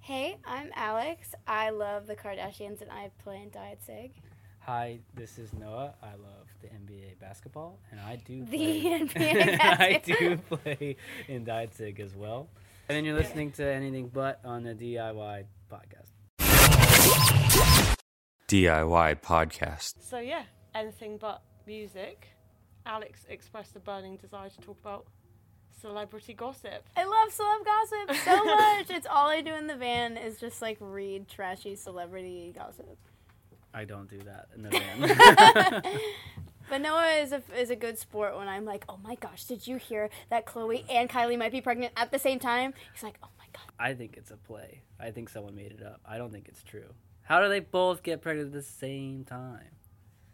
Hi, I'm Alex. I love the Kardashians and I play in Diet Sig. Hi, this is Noah. I love the NBA basketball, and I do The play, NBA I do basketball. play in Dietsig as well. And then you're listening to anything but on the DIY podcast. DIY podcast. So yeah, anything but music. Alex expressed a burning desire to talk about celebrity gossip. I love celeb gossip so much. it's all I do in the van is just like read trashy celebrity gossip. I don't do that in the van. But Noah is a, is a good sport when I'm like, oh my gosh, did you hear that Chloe and Kylie might be pregnant at the same time? He's like, oh my god. I think it's a play. I think someone made it up. I don't think it's true. How do they both get pregnant at the same time?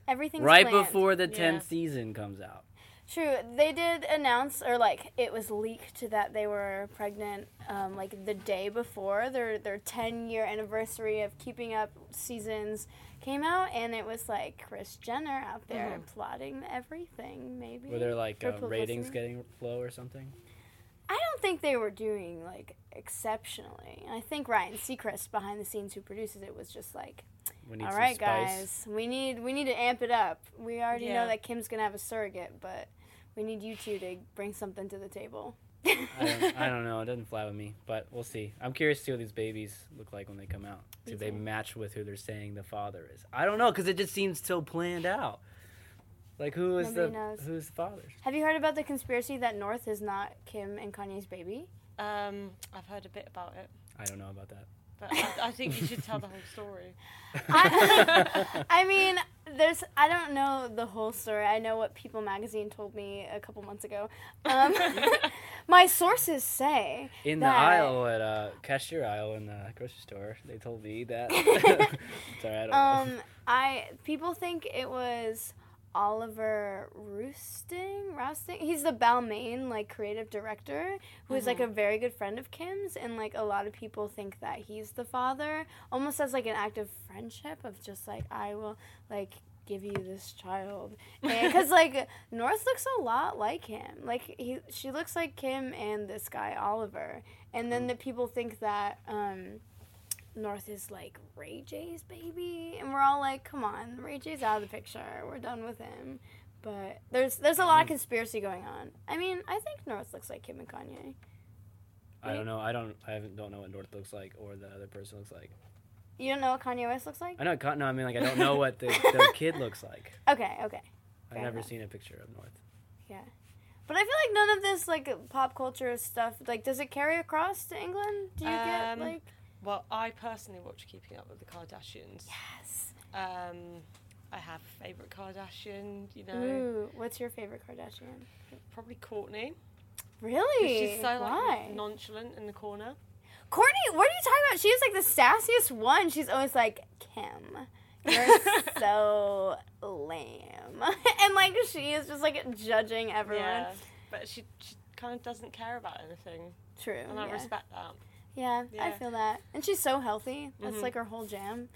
Everything's right planned. before the Yeah. 10th season comes out. True. They did announce, or like it was leaked that they were pregnant, um, like the day before their their ten year anniversary of Keeping Up seasons came out, and it was like Chris Jenner out there plotting everything. Maybe Were there like for uh, ratings publicity. getting low or something? I don't think they were doing like exceptionally. I think Ryan Seacrest behind the scenes, who produces it, was just like, We need all some right, spice. guys, we need we need to amp it up. We already Yeah. know that Kim's gonna have a surrogate, but we need you two to bring something to the table. I don't, I don't know. It doesn't fly with me, but we'll see. I'm curious to see what these babies look like when they come out. Do they match with who they're saying the father is? I don't know because it just seems so planned out. Like who is Nobody the knows. who's the father? Have you heard about the conspiracy that North is not Kim and Kanye's baby? Um, I've heard a bit about it, I don't know about that. but I, I think you should tell the whole story. I, I mean, there's I don't know the whole story. I know what People Magazine told me a couple months ago. Um, my sources say In that- the aisle at uh, cashier aisle in the grocery store, they told me that. Sorry, I don't know. Um, I people think it was Oliver Roosting. Roosting. He's the Balmain like creative director who is Mm-hmm. like a very good friend of Kim's, and like a lot of people think that he's the father, almost as like an act of friendship of just like I will like give you this child because like north looks a lot like him like he she looks like kim and this guy oliver and Mm. then the people think that um North is like Ray J's baby, and we're all like, "Come on, Ray J's out of the picture. We're done with him." But there's there's a lot Mm. of conspiracy going on. I mean, I think North looks like Kim and Kanye. I don't know. I don't. I haven't- don't know what North looks like or the other person looks like. You don't know what Kanye West looks like? I know. Con- No, I mean like I don't know what the, the kid looks like. Okay, okay, I've Fair never enough. seen a picture of North. yeah. But I feel like none of this like pop culture stuff like does it carry across to England? Do you get Um, like Well, I personally watch Keeping Up with the Kardashians. yes? Um, I have a favourite Kardashian, you know, Ooh, what's your favorite Kardashian? probably Courtney. Really? She's so like Why? nonchalant in the corner. Courtney, what are you talking about? She's like the sassiest one. She's always like, Kim, you're so lame. and like she is just like judging everyone. Yeah, but she, she kind of doesn't care about anything, True. and yeah. I respect that. yeah, I yeah. Mm-hmm. feel that. And she's so healthy. That's like her whole jam.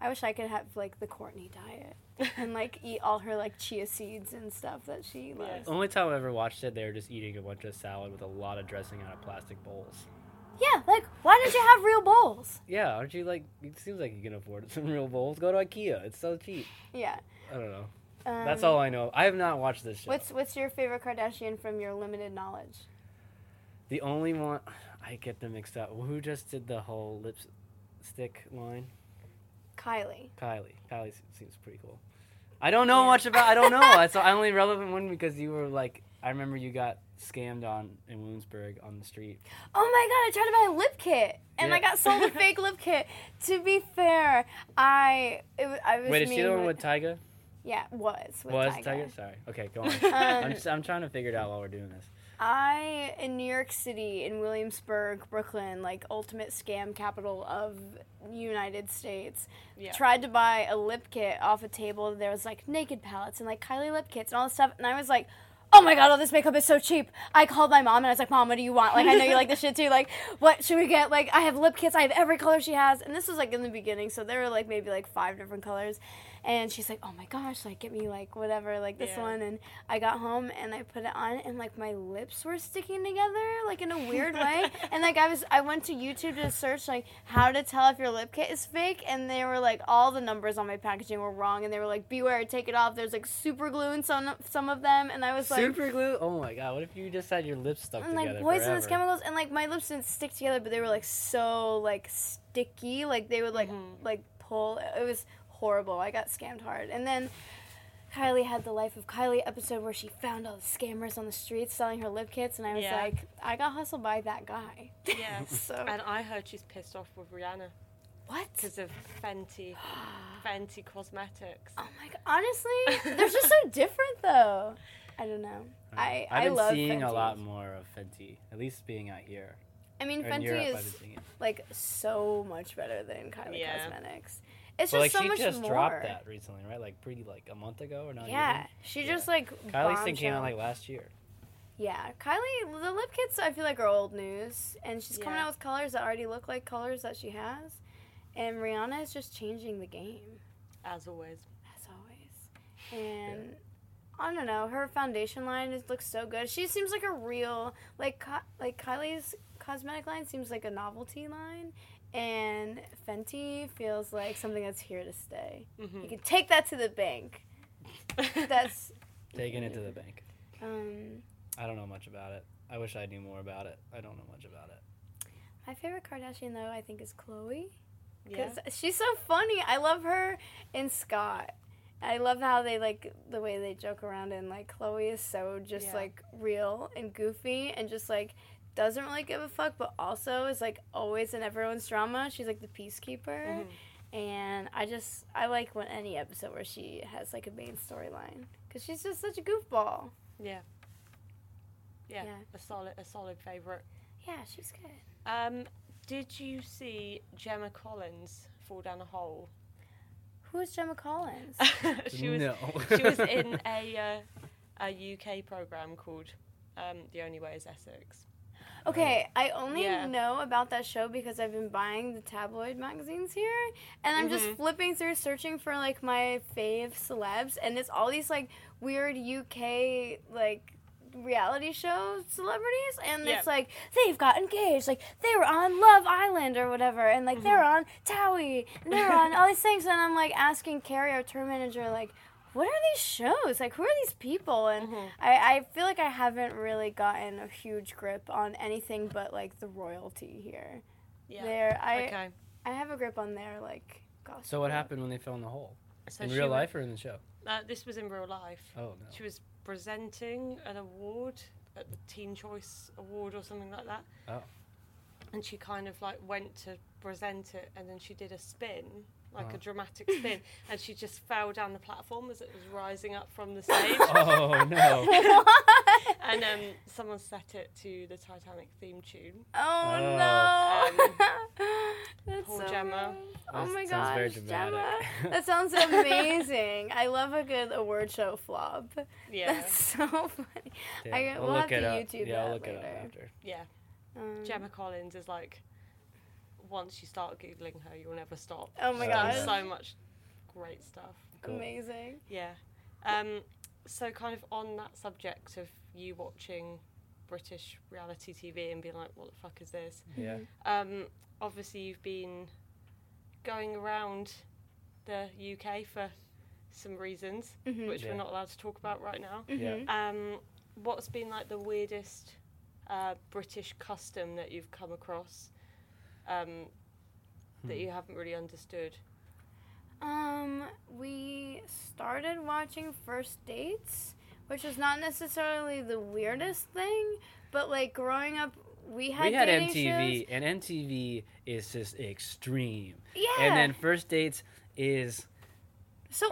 I wish I could have like the Courtney diet and like eat all her like chia seeds and stuff that she loves. Only time I ever watched it, they were just eating a bunch of salad with a lot of dressing out of plastic bowls. Yeah, like why don't you have real bowls? Yeah, aren't you like? It seems like you can afford some real bowls. Go to IKEA; it's so cheap. Yeah. I don't know. Um, That's all I know. I have not watched this show. What's what's your favorite Kardashian from your limited knowledge? the only one? I get them mixed up. Who just did the whole lipstick line? Kylie. Kylie. Kylie se- seems pretty cool. I don't know much about. I don't know. I saw. I only relevant one because you were like. I remember you got scammed on in Williamsburg on the street. Oh my god, I tried to buy a lip kit and I Yeah. got sold a fake lip kit. To be fair, I it was, I was Wait, is mean she the one with- with Tyga? yeah was with Was Tyga. Tyga? Sorry. Okay, go on. I'm, just, I'm trying to figure it out while we're doing this. I in New York City in Williamsburg, Brooklyn, like ultimate scam capital of United States. Yeah. Tried to buy a lip kit off a table. There was like naked palettes and like Kylie lip kits and all this stuff, and I was like, oh my god, all this makeup is so cheap. I called my mom and I was like, Mom, what do you want? Like, I know you like this shit too. Like, what should we get? Like, I have lip kits. I have every color she has. And this was like in the beginning, so there were like maybe like five different colors. And she's like, Oh my gosh, like get me like whatever, like this Yeah. one. And I got home and I put it on and like my lips were sticking together like in a weird way. And like I was, I went to YouTube to search like how to tell if your lip kit is fake. And they were like all the numbers on my packaging were wrong. And they were like, Beware, take it off. There's like super glue in some some of them. And I was like, Super glue? Oh my god, what if you just had your lips stuck and together? like poisonous forever? chemicals and like my lips didn't stick together but they were like so like sticky like they would like Mm-hmm. like pull it was horrible i got scammed hard and then kylie had the life of kylie episode where she found all the scammers on the streets selling her lip kits and i was Yeah. like i got hustled by that guy Yeah. so and I heard she's pissed off with Rihanna what because of Fenty, Fenty cosmetics. oh my god honestly they're just so different though i don't know i I've i been love seeing a Fenty. lot more of Fenty, at least being out here. i mean Or in Europe, fenty I've is been seeing it. like so much better than Kylie Yeah. Cosmetics. It's But just like so she much just more. dropped that recently, right? Like pretty like a month ago or not? Yeah, she Yeah. just like Even. Kylie's thing came out bombshell. like last year. yeah. Kylie, the lip kits I feel like are old news, and she's coming Yeah. out with colors that already look like colors that she has, and Rihanna is just changing the game As always. as always, and. I don't know. Her foundation line is, looks so good. She seems like a real like Ki- like Kylie's cosmetic line seems like a novelty line, and Fenty feels like something that's here to stay. hmm You can take that to the bank. Mm-hmm. That's Taking it to the bank. um, I don't know much about it. I wish I knew more about it. I don't know much about it. my favorite Kardashian though. I think is Chloe yeah. because she's so funny. I love her and Scott. I love how they like the way they joke around and like Chloe is so just Yeah. like real and goofy and just like doesn't really give a fuck, but also is like always in everyone's drama. She's like the peacekeeper, Mhm. and I just I like when any episode where she has like a main storyline because she's just such a goofball. yeah. yeah. A solid, a solid favourite. Yeah, she's good. Um, did you see Gemma Collins fall down a hole? Who is Gemma Collins? she was no. she was in a uh, a UK program called um, The Only Way Is Essex. Okay, I only Yeah. know about that show because I've been buying the tabloid magazines here, and I'm just Mhm. flipping through, searching for like my fave celebs, and it's all these like weird UK like reality show celebrities, and Yeah. it's like they've got engaged, like they were on Love Island or whatever, and like they're on Towie, and they're on all these things, and I'm like asking Carrie, our tour manager, like. What are these shows? Like, who are these people? And Mm-hmm. I, I feel like I haven't really gotten a huge grip on anything but like the royalty here. Yeah. There, I okay. I have a grip on their like gossip. So what happened when they fell in the hole? So in she real wa- life or in the show? Uh, this was in real life. Oh no. She was presenting an award at the Teen Choice Award or something like that. Oh. And she kind of like went to present it and then she did a spin, like Oh. a dramatic spin, and she just fell down the platform as it was rising up from the stage. Oh no. and um, someone set it to the Titanic theme tune. Oh, no. That's Um, Poor so Gemma. bad. Oh Oh. That my sounds very gosh, Gemma. dramatic. That sounds amazing. I love a good award show flop. Yeah, That's so funny. Yeah, I- I'll we'll have look it to up. YouTube yeah, I'll that look it later. up after. yeah. Um, Gemma Collins is like, once you start googling her, you'll never stop. Oh my She's done gosh. so much great stuff. Cool. Amazing. Yeah. Um, so kind of on that subject of you watching British reality TV and being like, what the fuck is this? Yeah. Um, obviously you've been going around the UK for some reasons, Mhm. which Hmm. Yeah. we're not allowed to talk about right now. Yeah. Mhm. Um, what's been like the weirdest uh, British custom that you've come across um, that Hmm. you haven't really understood? Um, we started watching First Dates, which is not necessarily the weirdest thing, but like growing up, we had we had dating MTV, shows. and MTV is just extreme. Yeah, And then First Dates is so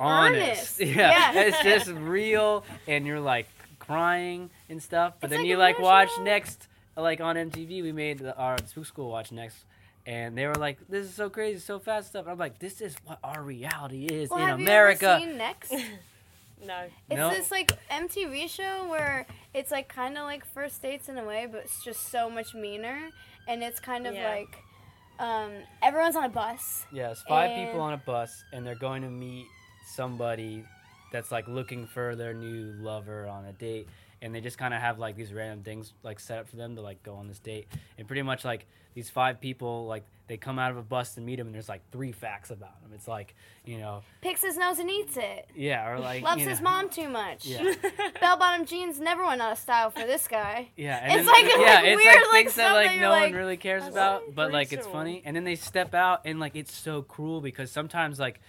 honest. honest. Yeah, Yes. it's just real, and you're like crying and stuff. But It's, then like, you like watch emotional. next, like on MTV, we made the, our Spook School watch next, and they were like, "This is so crazy, so fast stuff." And I'm like, "This is what our reality is well, in have America." you ever seen Next? No. It's No. this like MTV show where it's like kind of like first dates in a way, but it's just so much meaner, and it's kind of Yeah. like um, everyone's on a bus. Yes, five And- people on a bus, and they're going to meet somebody that's like looking for their new lover on a date, and they just kind of have like these random things like set up for them to like go on this date, and pretty much like these five people like they come out of a bus to meet him, and there's like three facts about him. It's like you know, Picks his nose and eats it. yeah, or like Loves you know, his mom too much. Yeah, Bell bottom jeans never went out of style for this guy. yeah, and It's then- like- yeah, like it's weird, like like, things that stuff like that you're no like, one really cares "That's about, so but like it's brutal." funny. And then they step out, and like it's so cruel because sometimes like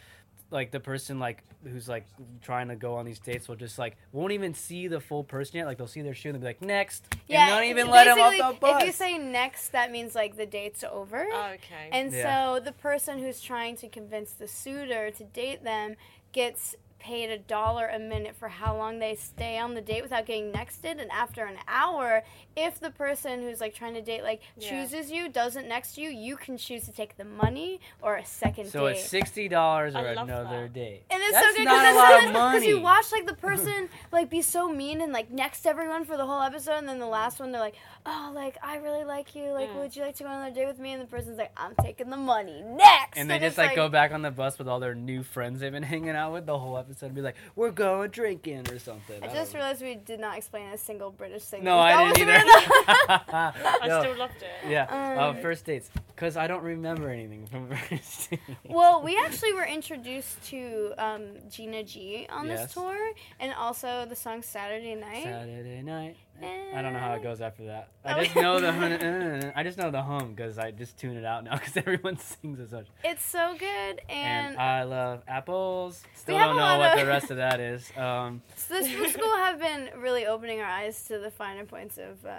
like the person like who's like trying to go on these dates will just like won't even see the full person yet. Like they'll see their shoe and they'll be like next, and not it's even let him basically, off the bus. Oh, If you say next, that means like the date's over. Oh, Okay. And Yeah. so the person who's trying to convince the suitor to date them gets paid a dollar a minute for how long they stay on the date without getting nexted and after an hour if the person who's like trying to date like Yeah. chooses you doesn't next you you can choose to take the money or a second so date it's sixty dollars or I love another that. date. and it's That's so good not a because lot of you money. watch like the person like be so mean and like next everyone for the whole episode, and then the last one they're like, "Oh, like I really like you. Like, Mm. would you like to go on another date with me?" And the person's like, "I'm taking the money next." And they just it's like, go back on the bus with all their new friends they've been hanging out with the whole episode and be like, "We're going drinking" or something. I don't just know. realized we did not explain a single British thing. No, I didn't either. I No. still loved it. Yeah, uh, Um, first dates. Because I don't remember anything from first dates. well, we actually were introduced to um, Gina G on Yes. this tour, and also the song Saturday Night. Saturday night. I don't know how it goes after that. Oh. I just know the hun- uh, I just know the hum because I just tune it out now because everyone sings as such. It's so good, And, and, I love apples. Still We have don't a know lot what of- the rest of that is. Um, So this this school have been really opening our eyes to the finer points of. Uh,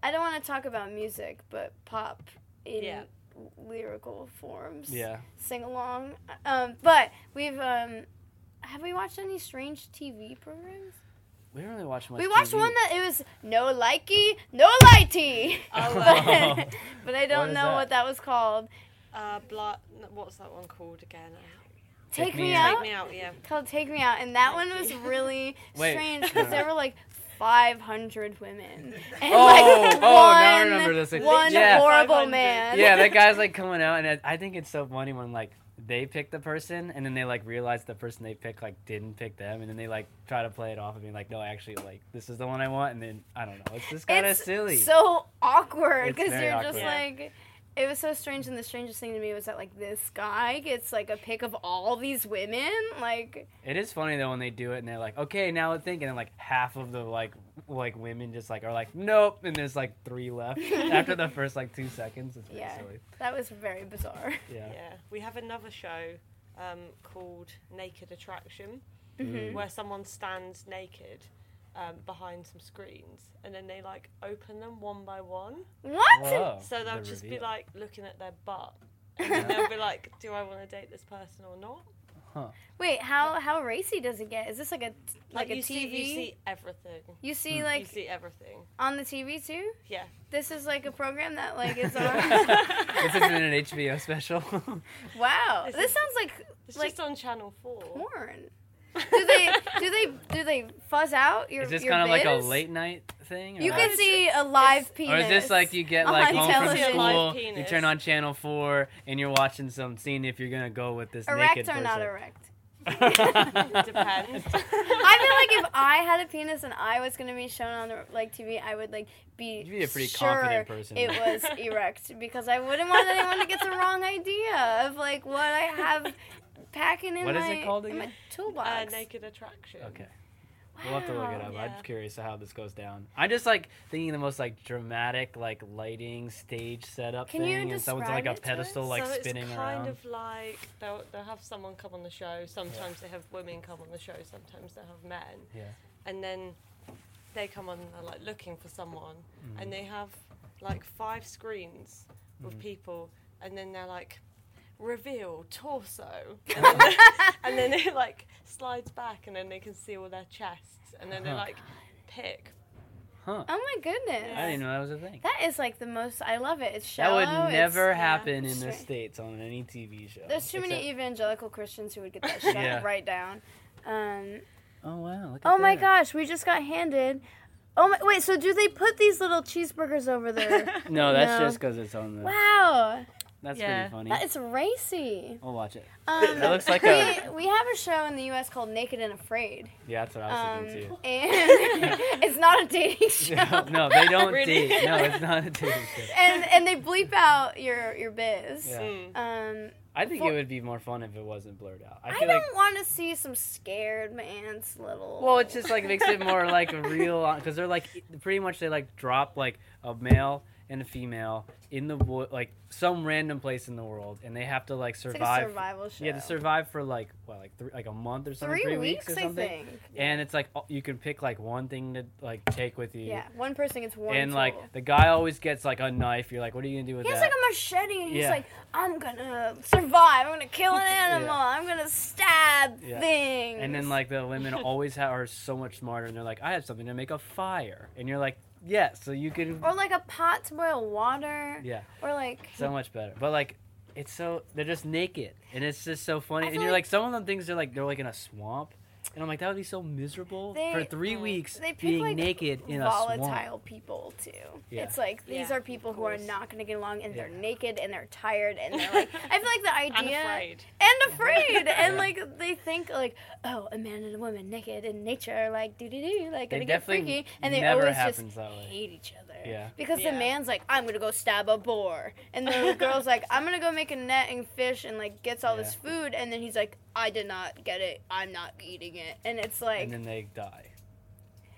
I don't want to talk about music, but pop in Yeah. lyrical forms. yeah. Sing along, um, but we've um, have we watched any strange TV programs? We don't really watch much. we watched TV. one that it was no likey, no lighty. Oh, wow. but, but I don't is know that? what that was called. Uh, bla- what's that one called again? Take, Me me, Out. out. Take me out, yeah. Called Take Me Out, and that one was Lighty. really Wait. strange because there were like 500 women and Oh, like oh, now I remember this. one, one Yeah. horrible 500. man. yeah, that guy's like coming out, and I I think it's so funny when like they pick the person, and then they like realize the person they pick like didn't pick them, and then they like try to play it off and be like, no, actually, like this is the one I want, and then I don't know, it's just kind of It's silly. So awkward It's because very you're just awkward. like. It was so strange, and the strangest thing to me was that like this guy gets like a pick of all these women. Like, it is funny though when they do it, and they're like, okay, now I think, and then like half of the like like women just like are like, nope, and there's like three left after the first like two seconds. It's pretty Yeah. silly. that was very bizarre. Yeah. Yeah. We have another show um, called Naked Attraction Mm. where someone stands naked um, behind some screens and then they like open them one by one. What? Whoa, so they'll the just be reveal. like looking at their butt. And then they'll be like, do I want to date this person or not? Wait, how how racy does it get? Is this like a like, a you TV? see, you see everything. You see, Hmm. you like see everything. on the TV too. Yeah. This is like a program that like is on. this isn't an HBO special. wow, This this, is- sounds like It's Like- just on Channel Four. porn. Do they do they do they fuzz out your? is this your kind of like a bits? late night thing? or You how- can It's- see a live penis. Oh, Or is this like you get on like home television. from Live school, you penis. turn on channel four, and you're watching some scene if you're gonna go with this erect or naked person? not erect? Depends. I feel like if I had a penis and I was gonna be shown on like TV, I would like be. You'd be a pretty sure confident person. It was erect because I wouldn't want anyone to get the wrong idea of like what I have packing in What my is it called in my again? uh, toolbox. naked attraction. Okay, we'll have to look it Wow. up. Yeah. I'm curious how this goes down. I'm just like thinking the most like dramatic like lighting stage setup Can you thing, and someone's describe like it a to pedestal us? like so spinning it's kind around. of like they'll, they'll have someone come on the show. Sometimes they have women come on the show. Sometimes they have men. Yeah. And then they come on and they're like looking for someone, Mm. and they have like five screens with people, and then they're like reveal torso, and then, and then it like slides back, and then they can see all their chests, and then they Huh. like pick. Huh? Oh my goodness. I didn't know that was a thing. That is like the most. I love it. It's That shallow. would it's- never yeah, happen in it's the right. states on any TV show. There's too many except- evangelical Christians who would get that shut Yeah. right down. Um, Oh wow! Look at Oh my that. gosh, we just got handed. Oh my, wait, so do they put these little cheeseburgers over there? No, that's No. just because it's on the. wow, That's Yeah. pretty funny. that is racy. I'll watch it. Um, That looks like a. we, we have a show in the U.S. called Naked and Afraid, Yeah, that's what I um, was thinking and it's not a dating show. too. No, no, they don't Really? date. No, it's not a dating show. And and they bleep out your your biz. Yeah. Mm. Um, I think For- it would be more fun if it wasn't blurred out. I I, feel don't like. want to see some scared man's little. Well, it's just like makes it more like a real because they're like e, pretty much they like drop like a male and a female in the wo- like some random place in the world and they have to like It's survive. like a survival show. yeah, to survive for like what like three, like a month or something, three, weeks, or I something. think. And it's like oh, you can pick like one thing to like take with you. Yeah, one person gets one. and like tool. the guy always gets like a knife. You're like, what are you gonna do with He has that? like a machete, and he's Yeah. like, "I'm gonna survive. I'm gonna kill an animal. I'm gonna stab Yeah. things." and then like the women always ha- are so much smarter, and they're like, I have something to make a fire, and you're like, yeah, so you can, or like a pot to boil water. yeah, Or like, so much better. But like, it's so they're just naked, and it's just so funny. I And feel you're like, like- some of them things are like they're like in a swamp, and I'm like, that would be so miserable They- for three mm. weeks they pick being like naked in a swamp. volatile people too. Yeah. It's like these Yeah, are people of who are course. not gonna get along, and Yeah. they're naked, and they're tired, and they're like, I feel like the I'm idea afraid. and afraid and Yeah. like they think like oh a man and a woman naked in nature like doo doo doo like They gonna get definitely freaky and they never always just happens that way. hate each other Yeah. because Yeah. the man's like i'm gonna go stab a boar and the girl's like i'm gonna go make a net and fish and like gets all this food and then he's like i did not get it i'm not eating it and it's like and then they die.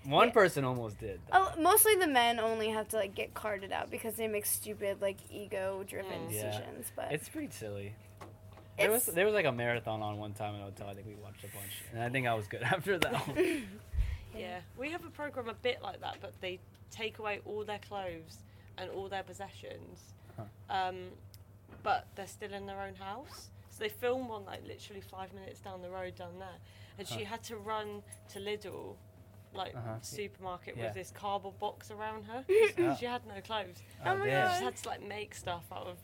One Yeah. person almost did. though. Oh, mostly the men only have to like get carted out because they make stupid like ego-driven Mm. Yeah. decisions. But It's pretty silly. There was it's, there was like a marathon on one time in Ottawa. I think we watched a bunch, and I think I was good after Oh that. One. Yeah, we have a program a bit like that, but they take away all their clothes and all their possessions, um, but they're still in their own house. So they film one like literally five minutes down the road down there, and she had to run to Lidl, like Uh-huh. supermarket Yeah. with this cardboard box around her. Oh. she had no clothes. Oh my She damn. gosh. just had to like make stuff out of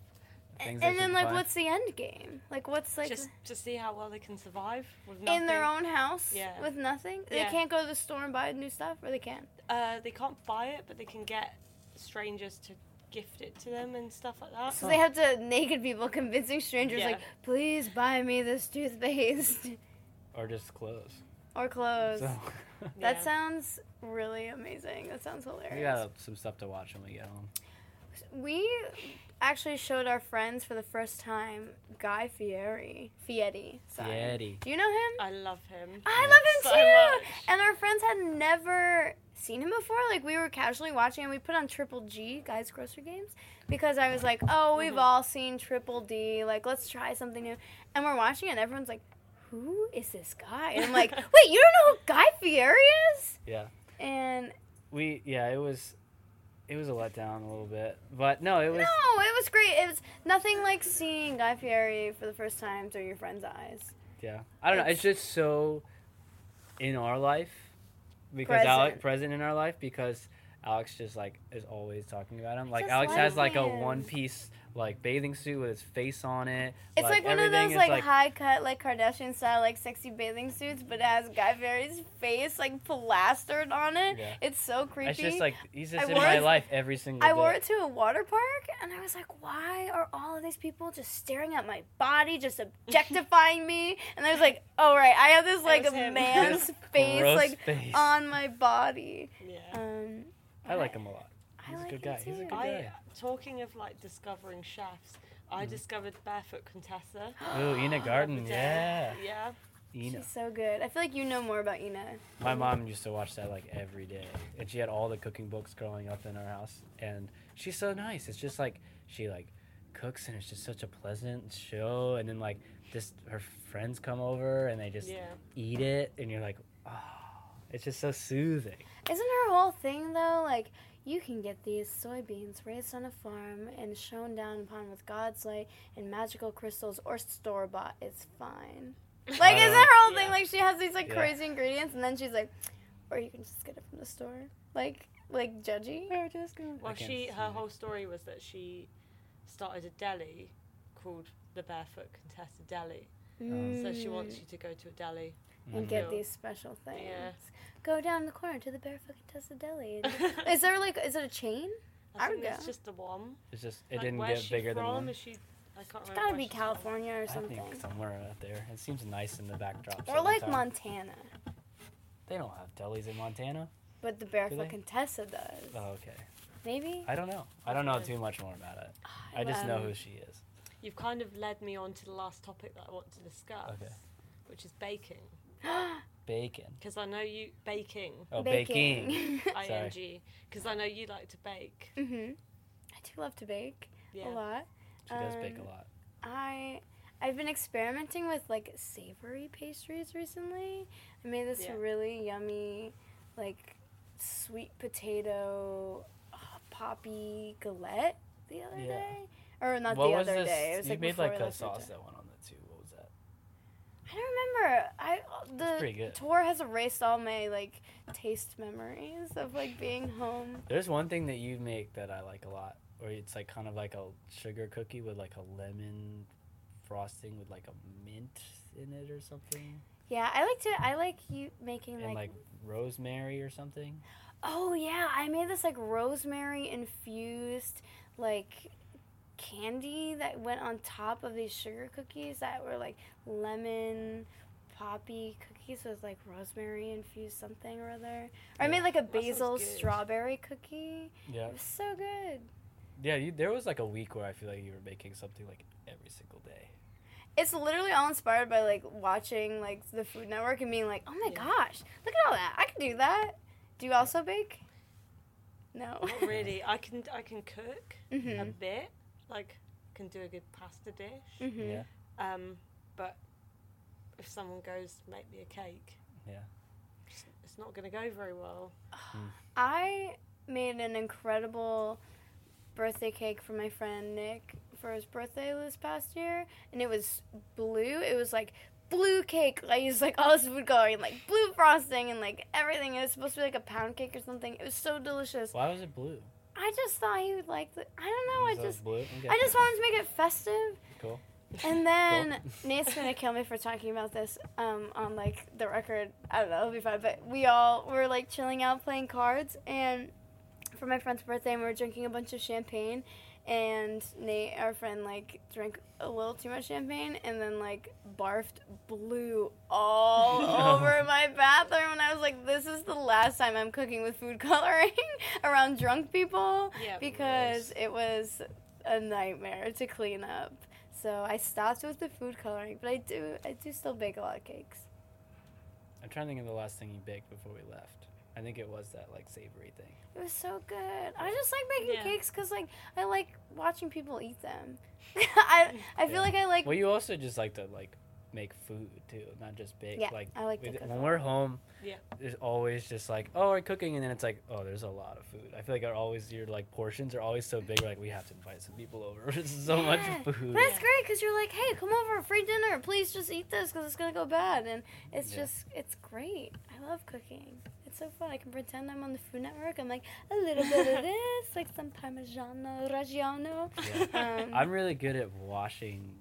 and Things I then should like buy. what's the end game? Like what's like just to see how well they can survive with nothing. in their own house Yeah. with nothing? They Yeah. can't go to the store and buy new stuff, or they can. Uh, they can't buy it, but they can get strangers to gift it to them and stuff like that. So they have to naked people convincing strangers Yeah. like, please buy me this toothpaste or just clothes. or clothes. So That Yeah. sounds really amazing. That sounds hilarious. we got some stuff to watch when we get home. We actually showed our friends for the first time Guy Fieri. Fieri. Sorry. Yeti. Do you know him? I love him. I love him so too. much. And our friends had never seen him before. Like we were casually watching, and we put on Triple G Guys Grocery Games because I was like, oh, Mm-hmm. we've all seen Triple D. Like let's try something new. And we're watching, it, and everyone's like, who is this guy? And I'm like, wait, you don't know who Guy Fieri is? Yeah. And We yeah it was, it was a letdown a little bit, but no it was no, it was great. It was nothing like seeing Guy Fieri for the first time through your friend's eyes. yeah I don't know it's just so, in our life, because Present. Alex present in our life because Alex just like is always talking about him. Like just Alex like has like a him. one piece like bathing suit with his face on it. It's like, one of everything those is, like, high cut, like Kardashian style, like sexy bathing suits, but it has Guy Fieri's face like plastered on it. Yeah. It's so creepy. It's just like he's just I in wore my it- life every single I day. wore it to a water park, and I was like, "Why are all of these people just staring at my body, just objectifying me?" And I was like, "Oh right, I have this like was him. man's face Gross like face. on my body." Yeah. Um, I like him a lot. I He's a like good him guy. He's a too. good I guy. Mm-hmm. talking of like discovering chefs. I discovered Barefoot Contessa. Ooh, Oh, Ina Garden, Over yeah. there. Yeah. Ina. she's so good. I feel like you know more about Ina. My mom used to watch that like every day, and she had all the cooking books growing up in our house. And she's so nice. It's just like she like cooks, and it's just such a pleasant show. And then like just her friends come over, and they just Yeah. eat it, and you're like, oh, it's just so soothing. Isn't her whole thing though like you can get these soybeans raised on a farm and shone down upon with God's light and magical crystals or store bought is fine. Like isn't her whole thing yeah. like she has these like Yeah. crazy ingredients and then she's like, or you can just get it from the store, like like judgy. Well, I can't she see her it. whole story was that she started a deli called the Barefoot Contessa Deli, Oh. So she Mm. wants you to go to a deli. Mm-hmm. and get Mhm. these special things. Yeah. Go down the corner to the barefoot Tessa deli. and- is there like is it a chain? I I think would it's go. just the one. It's just it Like, didn't where's get she bigger than from? one. Is she? I can't It's remember gotta where be she's from. California or I something. think somewhere out there. It seems nice in the backdrop. Or like Montana. Montana. They don't have delis in Montana. But the barefoot they? Contessa does. Oh, okay. Maybe? I don't know. I don't know Okay. too much more about it. I just know Um, who she is. You've kind of led me on to the last topic that I want to discuss, uh, Okay. which is baking. Bacon. Because I know you baking, Oh, baking. I N G. Because I know you like to bake. hmm I do love to bake Yeah. a lot. She does bake a Um, lot. I I've been experimenting with like savory pastries recently. I made this Yeah. really yummy like sweet potato uh, poppy galette the other Yeah. day. Or not what the was other this? day. It was you like made before like we a left for sauce dinner. that went on that too. What was that? I don't remember. I uh, the pretty good. tour has erased all my like taste memories of like being home. There's one thing that you make that I like a lot, or it's like kind of like a sugar cookie with like a lemon frosting with like a mint in it or something, Yeah, I like to. I like you making and like like rosemary or something. Oh yeah, I made this like rosemary infused like candy that went on top of these sugar cookies that were like lemon poppy cookies with like rosemary infused something or other. Or I Yeah. made like a sounds basil good. strawberry cookie. Yeah, It was so good. yeah. You, there was like a week where I feel like you were making something like every single day. It's literally all inspired by like watching like the Food Network and being like, "Oh my Yeah. gosh, look at all that. I can do that." Do you also bake? No. Not really. I can I can cook a mhm. bit. Like can do a good pasta dish. Mhm. Yeah. Um, but if someone goes make me a cake, Yeah. it's- it's not going to go very well. I made an incredible birthday cake for my friend Nick for his birthday this past year, and it was blue. It was like blue cake. I used like all this food coloring, like blue frosting, and like everything. It was supposed to be like a pound cake or something. It was so delicious. Why was it blue? I just thought he would like. The, I don't know. I Was it just. blue. Okay. I just wanted to make it festive, cool. and then Nate's gonna kill me for talking about this um, on like the record. I don't know, it'll be fine. But we all were like chilling out, playing cards, and for my friend's birthday, and we were drinking a bunch of champagne. And Nate, our friend, like drank a little too much champagne, and then like barfed blue all over my bathroom. And I was like, "This is the last time I'm cooking with food coloring around drunk people." Yeah. because it was a nightmare to clean up. So I stopped with the food coloring, but I do I do still bake a lot of cakes. I'm trying to think of the last thing you baked before we left. I think it was that like savory thing. It was so good. I just like making Yeah. cakes because like I like watching people eat them. I I feel Yeah. like I like Well, you also just like to like make food too, not just bake. Yeah, like I like to with- cook a when we're home, Yeah. there's always just like oh we're cooking, and then it's like oh there's a lot of food. I feel like are always your like portions are always so big. Like we have to invite some people over. There's so Yeah. much food. But it's great because you're like, hey, come over, free dinner. Please just eat this because it's gonna go bad, and it's Yeah. just it's great. I love cooking. It's so fun. I can pretend I'm on the Food Network. I'm like a little bit of this, like some Parmigiano Reggiano. Yeah. Um, I'm really good at washing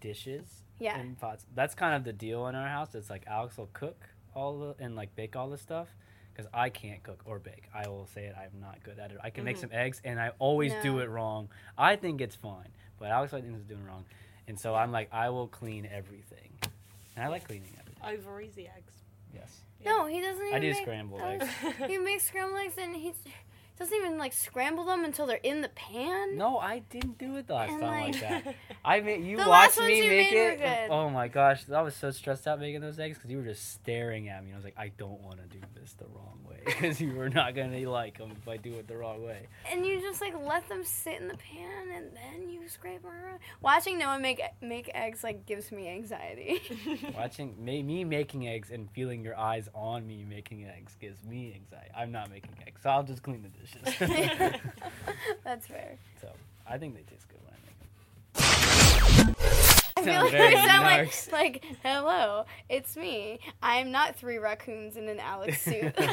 dishes yeah. and pots. That's kind of the deal in our house. It's like Alex will cook all the and like bake all the stuff because I can't cook or bake. I will say it. I'm not good at it. I can make Mm-hmm. Mhm. some eggs and I always do No. it wrong. I think it's fine, but Alex I think is doing it wrong, and so I'm like I will clean everything, and I like cleaning everything. Over easy eggs. Yes, No, he doesn't even. I do make, scrambled I eggs. He makes scrambled eggs and he doesn't even like scramble them until they're in the pan. No, I didn't do it the last And, time like like- that. I mean, you The watched last ones me you make made were it. good. Oh my gosh, I was so stressed out making those eggs because you were just staring at me. And I was like, I don't want to do this the wrong way because you were not gonna like them if I do it the wrong way. And you just like let them sit in the pan and then you scrape them around. Watching Noah make make eggs like gives me anxiety. Watching ma- me making eggs and feeling your eyes on me making eggs gives me anxiety. I'm not making eggs, so I'll just clean the dishes. That's fair. so I think they taste good when I make them. I feel Sound like very I sound narcs. like, like, hello, it's me. I'm not three raccoons in an Alex suit.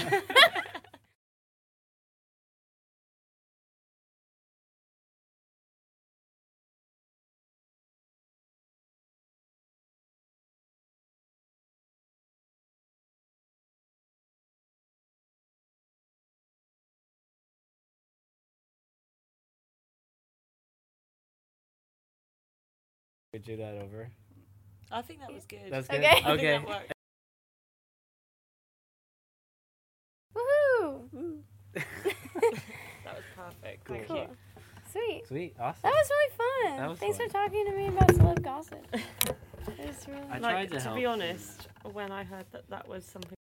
We do that over. I think that was good. That's good. Okay. I think Okay. that worked. Woohoo! That was perfect. Cool. Thank Cool. you. Sweet. Sweet. Awesome. That was really fun. That was Thanks fun. for talking to me about celeb gossip. It was really I like tried to to help. be honest, when I heard that that was something